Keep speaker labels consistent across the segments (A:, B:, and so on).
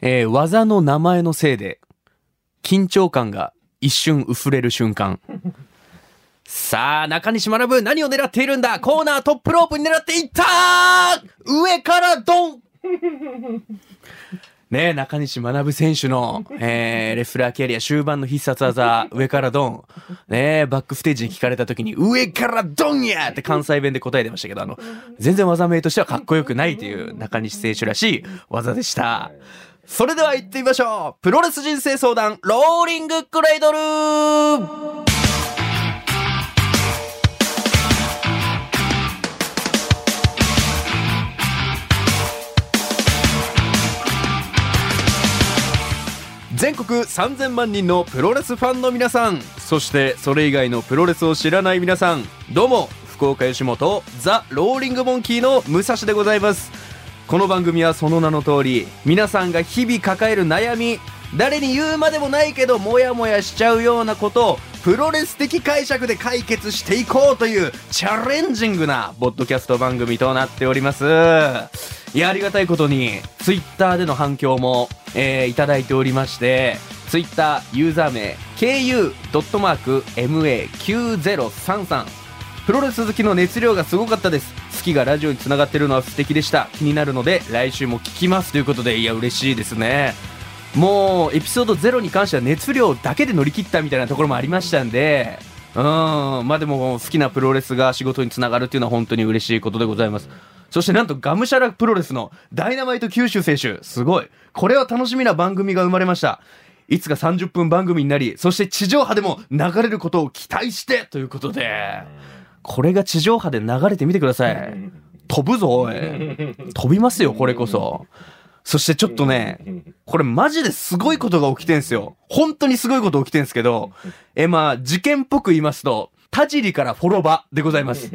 A: えー技の名前のせいで、緊張感が一瞬薄れる瞬間。さあ、中西学何を狙っているんだコーナートップロープに狙っていった上からドンねえ、中西学選手の、えー、レスラーキャリア終盤の必殺技、上からドン。ねえ、バックステージに聞かれた時に、上からドンやって関西弁で答えてましたけど、あの、全然技名としてはかっこよくないという中西選手らしい技でした。それでは行ってみましょうプロレス人生相談、ローリングクレイドル全国3000万人のプロレスファンの皆さんそしてそれ以外のプロレスを知らない皆さんどうも福岡吉本ザ・ローリングモンキーの武蔵でございますこの番組はその名の通り皆さんが日々抱える悩み誰に言うまでもないけどモヤモヤしちゃうようなことをプロレス的解釈で解決していこうというチャレンジングなボッドキャスト番組となっておりますいやありがたいことにツイッターでの反響も、えーいただいておりましてツイッターユーザー名 ku.ma9033 プロレス好きの熱量がすごかったです好きがラジオにつながってるのは素敵でした気になるので来週も聞きますということでいや嬉しいですねもうエピソード0に関しては熱量だけで乗り切ったみたいなところもありましたんでうんまあでも好きなプロレスが仕事につながるっていうのは本当に嬉しいことでございますそしてなんとガムシャラプロレスのダイナマイト九州選手すごいこれは楽しみな番組が生まれましたいつか30分番組になりそして地上波でも流れることを期待してということでこれが地上波で流れてみてください。飛ぶぞ、おい。飛びますよ、これこそ。そしてちょっとね、これマジですごいことが起きてんすよ。本当にすごいこと起きてんすけど、え、まあ、事件っぽく言いますと、田尻からフォロバでございます。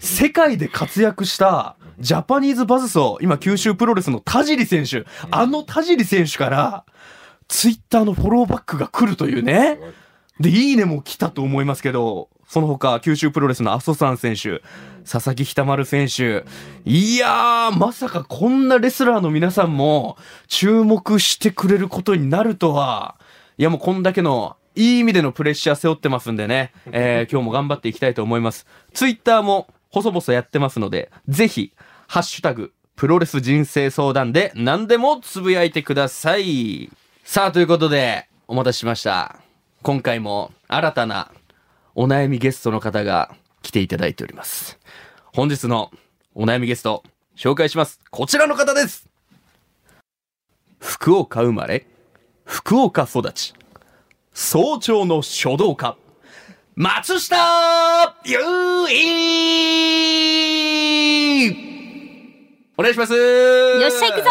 A: 世界で活躍したジャパニーズバズソー、今九州プロレスの田尻選手、あの田尻選手から、ツイッターのフォローバックが来るというね。で、いいねも来たと思いますけど、その他、九州プロレスの阿蘇さん選手、佐々木ひたまる選手、いやー、まさかこんなレスラーの皆さんも注目してくれることになるとは、いやもうこんだけの、いい意味でのプレッシャー背負ってますんでね、えー、今日も頑張っていきたいと思います。ツイッターも細々やってますので、ぜひ、ハッシュタグ、プロレス人生相談で何でもつぶやいてください。さあ、ということで、お待たせしました。今回も新たなお悩みゲストの方が来ていただいております。本日のお悩みゲスト、紹介します。こちらの方です福岡生まれ、福岡育ち、早朝の書道家、松下優衣お願いしますよ
B: よっしゃ行くぞ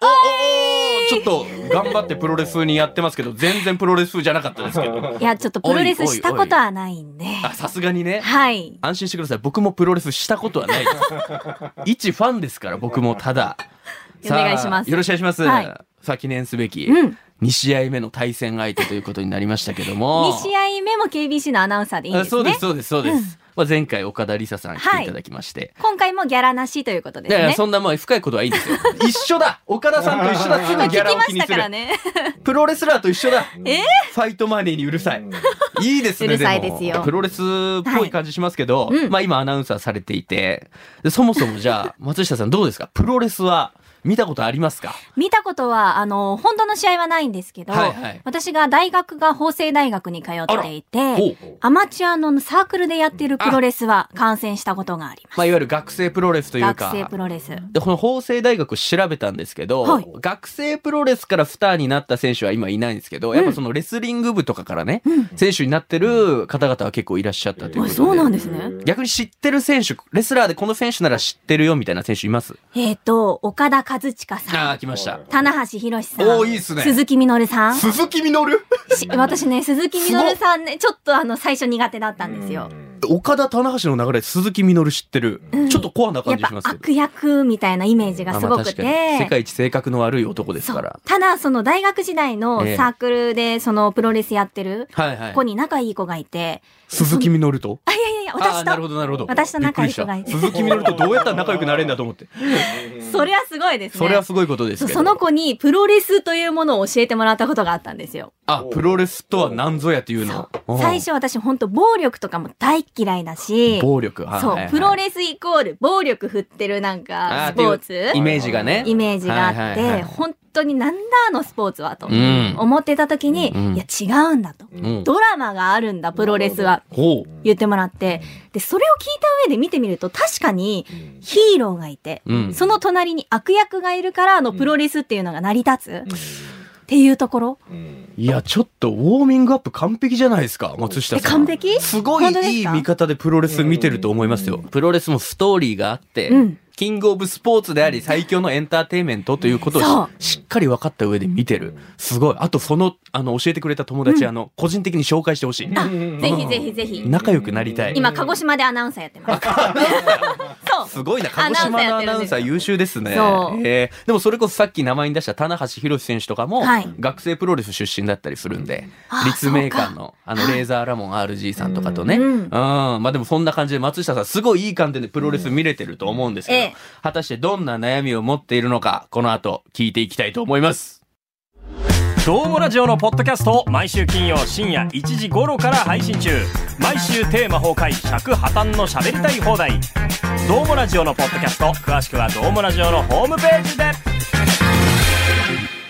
A: お
B: お
A: おおちょっと頑張ってプロレスにやってますけど全然プロレスじゃなかったですけど
B: いおいいや、ちょっとプロレスしたことはないんで。
A: あさすがにね
B: はい。
A: 安心してください僕もプロレスしたことはない です一ファンですから僕もただ
B: お
A: さあ
B: 願いします
A: よろしくお願いします、
B: はい
A: さあ記念すべき
B: うん。
A: 2試合目の対戦相手ということになりましたけども
B: 2試合目も KBC のアナウンサーでいいん
A: あ
B: です
A: そう
B: ね。
A: ですそうですそうです、まあ、前回岡田梨沙さん来ていただきまして、
B: 今回もギャラなしということで
A: い
B: す
A: やいや
B: ね。
A: そんなまあ深いことはいいですよ一緒だ岡田さんと一緒だすぐ
B: 今
A: ギャ
B: 聞
A: ラ
B: き
A: を
B: ま
A: 気
B: し
A: に
B: た
A: す
B: か
A: る
B: らね。
A: プロレスラーと一緒だ。
B: え
A: ファイトマネーにうるさい。いいですね。
B: うるさい
A: も
B: ですよ
A: プロレスっぽい感じしますけど、
B: いうん
A: まあ今アナウンサーされていて、でそもそもじゃあ 松下さんどうですか。プロレスは見たことありますか。
B: 見たことは、あの、本当の試合はないんですけど、
A: はいはい
B: 私が大学が法政大学に通っていて、
A: う。
B: アマチュアのサークルでやってるプロレスは観戦したことがあります。
A: まあいわゆる学生プロレスという
B: 学
A: か。
B: 生プロレス。
A: でこの法政大学を調べたんですけど、
B: はい
A: 学生プロレスからスターになった選手は今いないんですけど、やっぱそのレスリング部とかからね、選手になってる方々は結構いらっしゃったということ
B: あ
A: で
B: そうなんですね。
A: 逆に知ってる選手レスラーでこの選手なら知ってるよみたいな選手います
B: えっ、と、岡田和親さ
A: あ
B: ん、
A: あ来ました
B: 棚橋宏さん、
A: おーいいっすね
B: 鈴木みのるさん、
A: 鈴木みのる
B: し私ね、鈴木みのるさんね、ちょっとあの、最初苦手だったんですよ。
A: 岡田棚橋の流れ鈴木みのる知ってる、
B: うん
A: ちょっとコアな
B: や
A: 感
B: っ
A: じし
B: ぱ
A: ますけど
B: 悪役みたいなイメージがすごく
A: あまあ確かに世
B: て。
A: 界一性格の悪い男です
B: そ
A: か
B: う
A: ら。
B: ただ、その大学時代の
A: ええ
B: サークルで、そのプロレスやってる
A: はいは
B: 子
A: い
B: に仲いい子がいて、
A: 鈴木みのると
B: あ、いやいやいや、
A: あ
B: 私
A: ーなるほ
B: と。
A: どなるほど
B: 私と仲良くが
A: び
B: い
A: っく
B: て
A: りした鈴木みのるとどうやったら仲良くなれるんだと思 って
B: それはすごいですね。
A: それはすごいことです
B: そう
A: けど
B: その子にプロレスというものを教えてもらったことがあったんですよ。
A: あプロレスとは何ぞやっていうのうん
B: 最初私本当暴力とかも大嫌いだし、
A: 暴力はい
B: そ、
A: はいうはい
B: プロレスイコール暴力振ってるなん
A: あー
B: かスポーツ
A: っていうイメージがね
B: イメージがあっ
A: はいはいは
B: て、
A: い
B: 本当になんだあのスポーツはと
A: うん
B: 思ってた時に
A: うん、
B: いや違うんだと。
A: うん
B: ドラマがあるんだ、プロレスは。
A: ほ
B: 言ってもらって、で、それを聞いた上で見てみると、確かにヒーローがいて、
A: ううん
B: その隣に悪役がいるから、あの、プロレスっていうのが成り立つっていうところ。
A: いやちょっとウォーミングアップ完璧じゃないですか松下
B: え、
A: さん
B: 完璧
A: すごい
B: 本当です
A: いい
B: か
A: 見方でプロレス見てると思いますよ。プロレスもストーリーがあって、
B: うん
A: キングオブスポーツであり最強のエンターテインメントということ
B: そ
A: を
B: う
A: ししっかり分かった上で見てる。すごい。あとその、あの、教えてくれた友達、あの、個人的に紹介してほしい。
B: ぜひぜひぜひ。
A: 仲良くなりたい。
B: 今、鹿児島でアナウンサーやってます。そう。
A: すごいな、鹿児島のアナウンサー優秀ですね。
B: そう
A: えーでもそれこそさっき名前に出した棚橋宏選手とかも、
B: はい
A: 学生プロレス出身だったりするんで
B: あ、ー
A: 立命館の、あの、レーザーラモン RG さんとかとね、
B: うん
A: うん、まあでもそんな感じで松下さん、すごいいい観点でプロレス見れてると思うんですけど、
B: ええ
A: 果たしてどんな悩みを持っているのか、この後聞いていきたいと思います。
C: どうもラジオのポッドキャストを毎週金曜深夜1時頃から配信中毎週テーマ崩壊尺破綻の喋りたい放題どうもラジオのポッドキャスト詳しくはどうもラジオのホームページで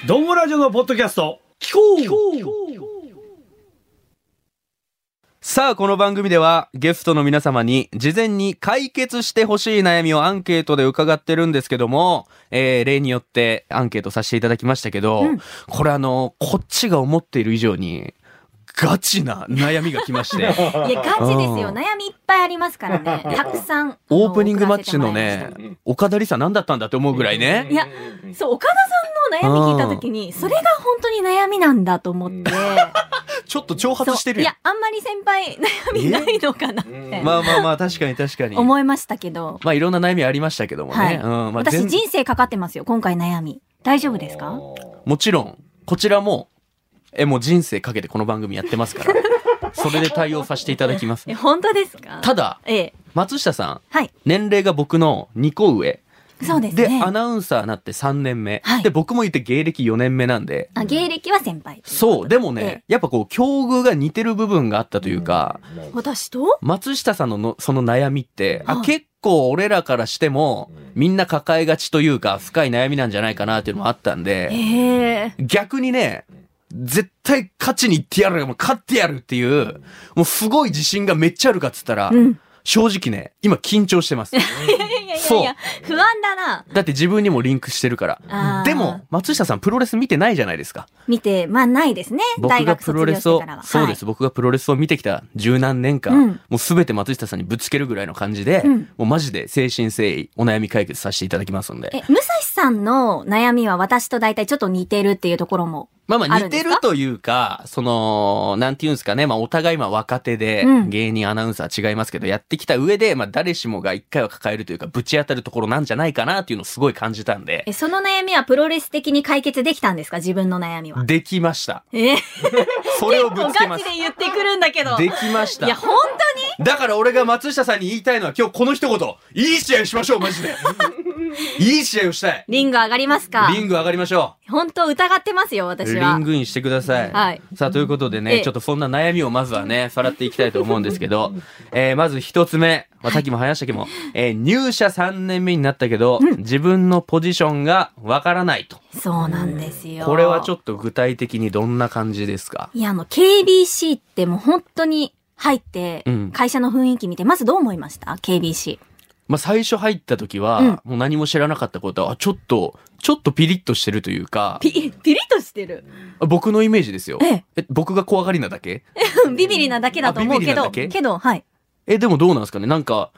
D: どんもラジオのポッドキャスト、聞こう
A: さあ、この番組ではゲストの皆様に事前に解決してほしい悩みをアンケートで伺ってるんですけども、えー例によってアンケートさせていただきましたけど、これあの、こっちが思っている以上に、ガチな悩みが来ま して、
B: いや、ガチですよ。
A: うん
B: 悩みいっぱいありますからね。たくさん。
A: オープニングマッチの
B: 送ら
A: ね
B: せてもらいま、
A: 岡田理沙何だったんだって思うぐらいね。
B: いやした。そう、岡田さんの悩み聞いたときに、それが本当に悩みなんだと思って。
A: ちょっと挑
B: そう
A: 発してる
B: い
A: やん
B: や、あんまり先輩悩みないのかなって
D: え
A: まあまあまあ、確かに確かに。
B: 思いましたけど。
A: まあいろんな悩みありましたけどもね。
B: はい
A: うんまあ、
B: 私
A: 全
B: 人生かかってますよ、今回悩み。大丈夫ですか
A: もちろん、こちらも、え、もう人生かけてこの番組やってます から、それで対応させていただきます
B: え、。本当ですか
A: ただ、
B: ええ。
A: 松下さん、
B: はい。
A: 年齢が僕の2個上。
B: そうです
A: で、
B: ね。
A: アナウンサーになって3年目
B: は。い
A: で、僕もいて芸歴4年目なんで。
B: あ、芸歴は先輩。
A: そう、でもね
B: え、
A: やっぱこう、境遇が似てる部分があったというか、
B: 私と
A: 松下さんののその悩みって、あ、
B: はい
A: 結構俺らからしても、みんな抱えがちというか、深い悩みなんじゃないかなっていうのもあったんで。
B: ええ。
A: 逆にね、絶対勝ちに行ってやるよ、もう勝ってやるっていう、もうすごい自信がめっちゃあるかっつったら、
B: うん。
A: 正直ね、今緊張してます。
B: いやいやいや
A: そ
B: いうや、不安だな。
A: だって自分にもリンクしてるか
B: あ
A: ら。
B: ー
A: でも、松下さんプロレス見てないじゃないですか。
B: 見て、まあないですね。
A: 僕
B: 大
A: が
B: 学
A: プロ
B: 卒
A: レ
B: 業し
A: スを
B: てからは。、
A: そうです、僕がプロレスを見てきた十何年間、
B: うん
A: もうすべて松下さんにぶつけるぐらいの感じで、
B: うん
A: もうマジで誠心誠意お悩み解決させていただきますんで
B: はい。。え、武蔵さんの悩みは私と大体ちょっと似てるっていうところも。
A: まあまあ
B: あ
A: 似
B: るんで
A: て
B: すか
A: るというか、その、なんていうんですかね、まあお互い今若手で
B: うん、
A: 芸人アナウンサー違いますけど、やってきた上で、まあ誰しもが一回は抱えるというか、ぶち当たるところなんじゃないかなっていうのをすごい感じたんで、
B: え、その悩みはプロレス的に解決できたんですか自分の悩みは。
A: できました。
B: えー、
A: それをぶ
B: お
A: つけま
B: ガ
A: す
B: チ。で言ってくるんだけど。
A: できまし
B: いや、
A: た。
B: 本当に
A: だから俺が松下さんに言いたいのは今日この一言、いい試合しましょう、マジで。いい試合をしたい。
B: リング上がりますか
A: リング上がりましょう。
B: 本当疑ってますよ、私
A: リ
B: は。
A: ングインしてください。
B: はい
A: さあ、ということでね、
B: ええ
A: ちょっとそんな悩みをまずはね、さらっていきたいと思うんですけ ど、えーまず一つ目、まあ、さっきも話したけども、えー入社3年目になったけど、自分のポジションがわからないと。
B: そうなんですよ。
A: これはちょ
B: っと。
A: っと具体的にどんな感じですか
B: いや、もう KBC ってもう本当に入って
A: うん、
B: 会社の雰囲気見て、まずどう思いました ?KBC。
A: まあ、最初入った時は、
B: うん
A: もう何も知らなかったことは、あちょっと、ちょっとピリッとしてるというか、
B: ピ、ピリッとしてる。
A: 僕のイメージですよ。
B: ええ
A: 僕が怖がりなだけ
B: ビビリなだけだと
A: あ
B: 思うけど、
A: ビビりなだけ
B: けど、はい。
A: え、でもどうなんですかねなんか、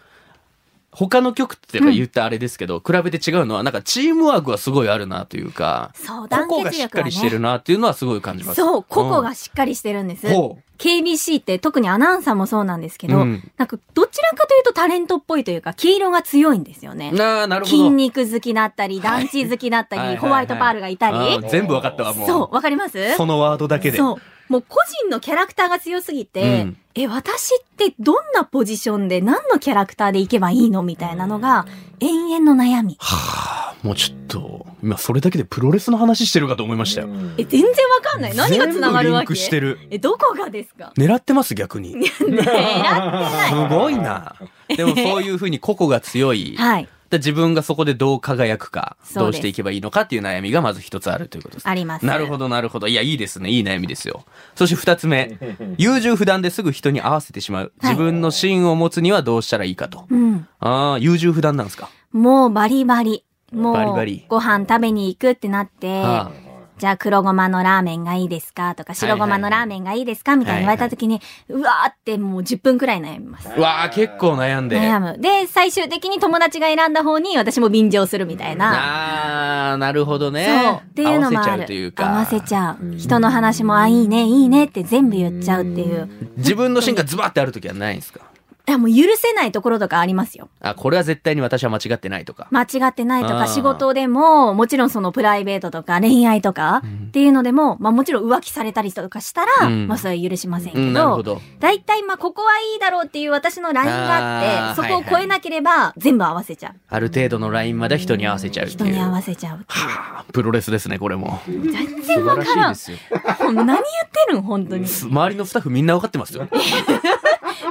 A: 他の曲っていうか言ったらあれですけど、比べて違うのは、なんかチームワークはすごいあるなというか、
B: そ
A: 個
B: う、団
A: 々が
B: 結
A: しっ
B: 力
A: か
B: が
A: りしてる
B: ね。
A: なっていうのはすごい感じます。
B: そう、個々
A: ん
B: がしっかりしてるんです。
A: ほう
B: KBC って特にアナウンサーもそうなんですけど、
A: うん
B: なんかどちらかというとタレントっぽいというか、黄色が強いんですよね。
A: ああ、なるほど。
B: 筋肉好きだったり、団地好きだったり、
A: はいはいはい
B: ホワイトパールがいたり。
A: あー全部わかったわ、もう。
B: そう、わかります
A: そのワードだけで。
B: そう。もう個人のキャラクターが強すぎて、
A: うん
B: え、私ってどんなポジションで何のキャラクターでいけばいいのみたいなのが、延々の悩み。
A: はあ、もうちょっと、今それだけでプロレスの話してるかと思いましたよ。
B: え、全然わかんない。何が繋がる
A: 全部リ
B: わ
A: ン
B: け
A: クしてる。
B: え、どこがですか
A: 狙ってます、逆に。す
B: 狙って ない。
A: ごいな。 でもそういうふうに個々が強い。
B: はい。
A: で自分がそこでどう輝くか、
B: そうです
A: どうしていけばいいのかっていう悩みがまず一つあるということです。
B: あります。
A: なるほど、なるほど。いや、いいですね。いい悩みですよ。そして二つ目。 優柔不断ですぐ人に合わせてしまう。
B: はい
A: 自分の芯を持つにはどうしたらいいかと。
B: うん。
A: ああ、優柔不断なんですか。
B: もうバリバリ。もう、
A: バリバリ
B: ご飯食べに行くってなって、
A: あ
B: じゃあ黒ごまのラーメンがいいですかとか、白ごまのラーメンがいいですかみたいに言われた時に、うわーってもう10分くらい悩みます。
A: あ。うわあ、結構悩んで。
B: 悩む。で、最終的に友達が選んだ方に私も便乗するみたいな。
A: ああ、なるほどね。
B: そう。っていうのも
A: 合わせち
B: あ
A: ゃう
B: る
A: という。か。
B: 合わせちゃう。人の話も、あ、いいね、いいねって全部言っちゃうっていう。
A: 自分の芯がズバってある時はないんですか
B: いや、もう許せないところとかありますよ。
A: あ、これは絶対に私は間違ってないとか。
B: 間違ってないと
A: あー
B: か、仕事でも、もちろんそのプライベートとか恋愛とかっていうのでも、まあもちろん浮気されたりとかしたら、
A: うん
B: まあそれは許しません
A: う
B: け
A: んなるほ
B: ど、
A: ど。
B: 大体まあここはいいだろうっていう私のラインがあ
A: あ
B: っ
A: ー
B: て、そこを超えなければ全部合わせちゃう。
A: ある程度のラインまで人に合わせちゃうって
B: 人
A: いう。
B: に合わせちゃうっていう。
A: はあプロレスですね、これも。
B: 全然わからん。
A: すよ。
B: もう何言ってるん本当に。
A: 周りのスタッフみんな分かってますよ。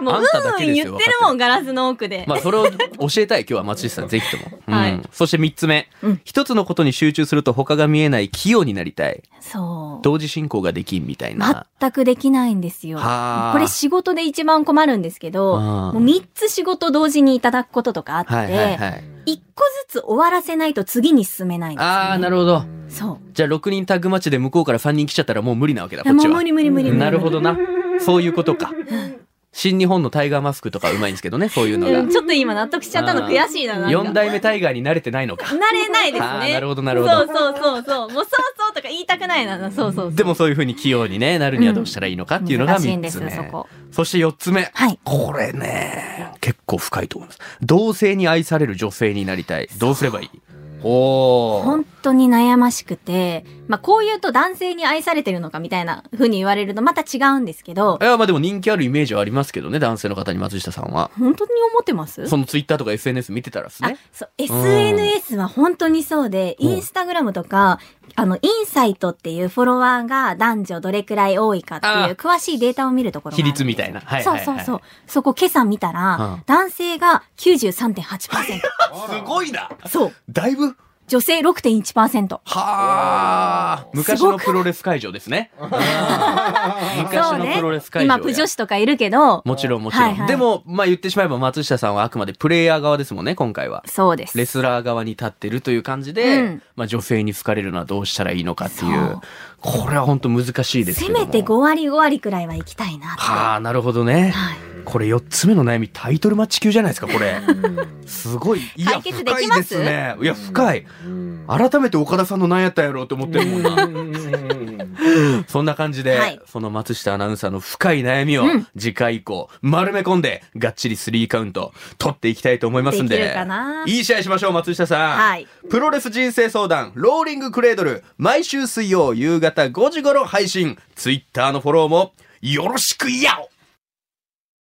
B: もう、
A: あ
B: うん
A: ただ
B: ん
A: け
B: う
A: で
B: ん
A: す
B: 言
A: よ
B: ってるもん、ガラスの奥で。
A: まあ、それを教えたい、今日は松下さん、ぜひとも。うん
B: はい
A: そして3つ目
B: うん。
A: 一、つのことに集中すると他が見えない器用になりたい。
B: そ。
A: 同時進行ができんみたいうな。
B: 全くできないんですよ。
A: はあ
B: これ仕事で一番困るんですけど、
A: うん
B: もう3つ仕事同時にいただくこととかあって、
A: はいはいはい。
B: 1個ずつ終わらせないと次に進めないんですよ、ね。
A: ああ、なるほど。
B: そう。
A: じゃあ6人タッグマッチで向こうから3人来ちゃったらもう無理なわけだ、
B: い
A: こ
B: や
A: っ
B: も
A: ち
B: う
A: は。
B: 無理無理無理無理。
A: なるほどな。そういうことか。新日本のタイガーマスクとかうまいんですけどね、そういうの
B: うん
A: が。
B: ちょっと今納得しちゃったの悔しいな、なんか。
A: 4代目タイガーに慣れてないのか。
B: 慣れないです
A: あー
B: ね。
A: なるほどなるほど
B: そうそうそうそう。もうそうそうとか言いたくないな、そうそうそう。
A: でもそういうふうに器用にね、なるにはどうしたらいいのかっていうのが
B: うん難しいん
A: 3
B: で
A: つ
B: す
A: 目。
B: そこ
A: そして4つ目。
B: はい
A: これね、結構深いと思います。同性に愛される女性になりたい。どうすればいいおー
B: 本当に悩ましくて、まあ、こう言うと男性に愛されてるのかみたいな風に言われるとまた違うんですけど
A: い、や、まあでも人気あるイメージはありますけどね、男性の方に松下さんは。
B: 本当に思ってます
A: そのツイッターとか SNS 見てたらです
B: あ
A: ね。
B: そう、SNS は本当にそうで、
A: うん
B: インスタグラムとか、あの、インサイトっていうフォロワーが男女どれくらい多いかって
A: あ
B: いう詳しいデータを見るところがあ
A: 比
B: るんです
A: 率みたいな。はい
B: そ
A: はい
B: う
A: はい。
B: そうそう。そこ今朝見たら、
A: うん
B: 男性が93.8%。
A: すごいな
B: そう。
A: だいぶ
B: 女性6.1%。
A: はあ昔のプロレス会場ですね。 昔のプロレス会場や。
B: 今、プ女子とかいるけど、
A: もちろんもちろん。
B: はいはい
A: でも、まあ言ってしまえば松下さんはあくまでプレイヤー側ですもんね、今回は。
B: そうです。
A: レスラー側に立ってるという感じで、
B: うん
A: まあ女性に好かれるのはどうしたらいいのかってい
B: そうう。
A: これは本当難しいですけ
B: せ
A: ども。
B: めて5割5割くらいは行きたいなって。
A: はあ、なるほどね。
B: はい
A: これ4つ目の悩み、タイトルマッチ級じゃないですか、これ。すごい。いや、
B: 解決で
A: 深
B: き
A: い
B: ま
A: ですすね。いや、深い。改めて岡田さんの何やったんやろうって思ってるもんな。そんな感じで、
B: はい
A: その松下アナウンサーの深い悩みを
B: うん
A: 次回以降丸め込んでがっちり3カウント取っていきたいと思いますんで
B: できるかない
A: い試合しましょう松下さん、
B: はい
A: プロレス人生相談ローリングクレードル毎週水曜夕方5時頃配信ツイッターのフォローもよろしくやお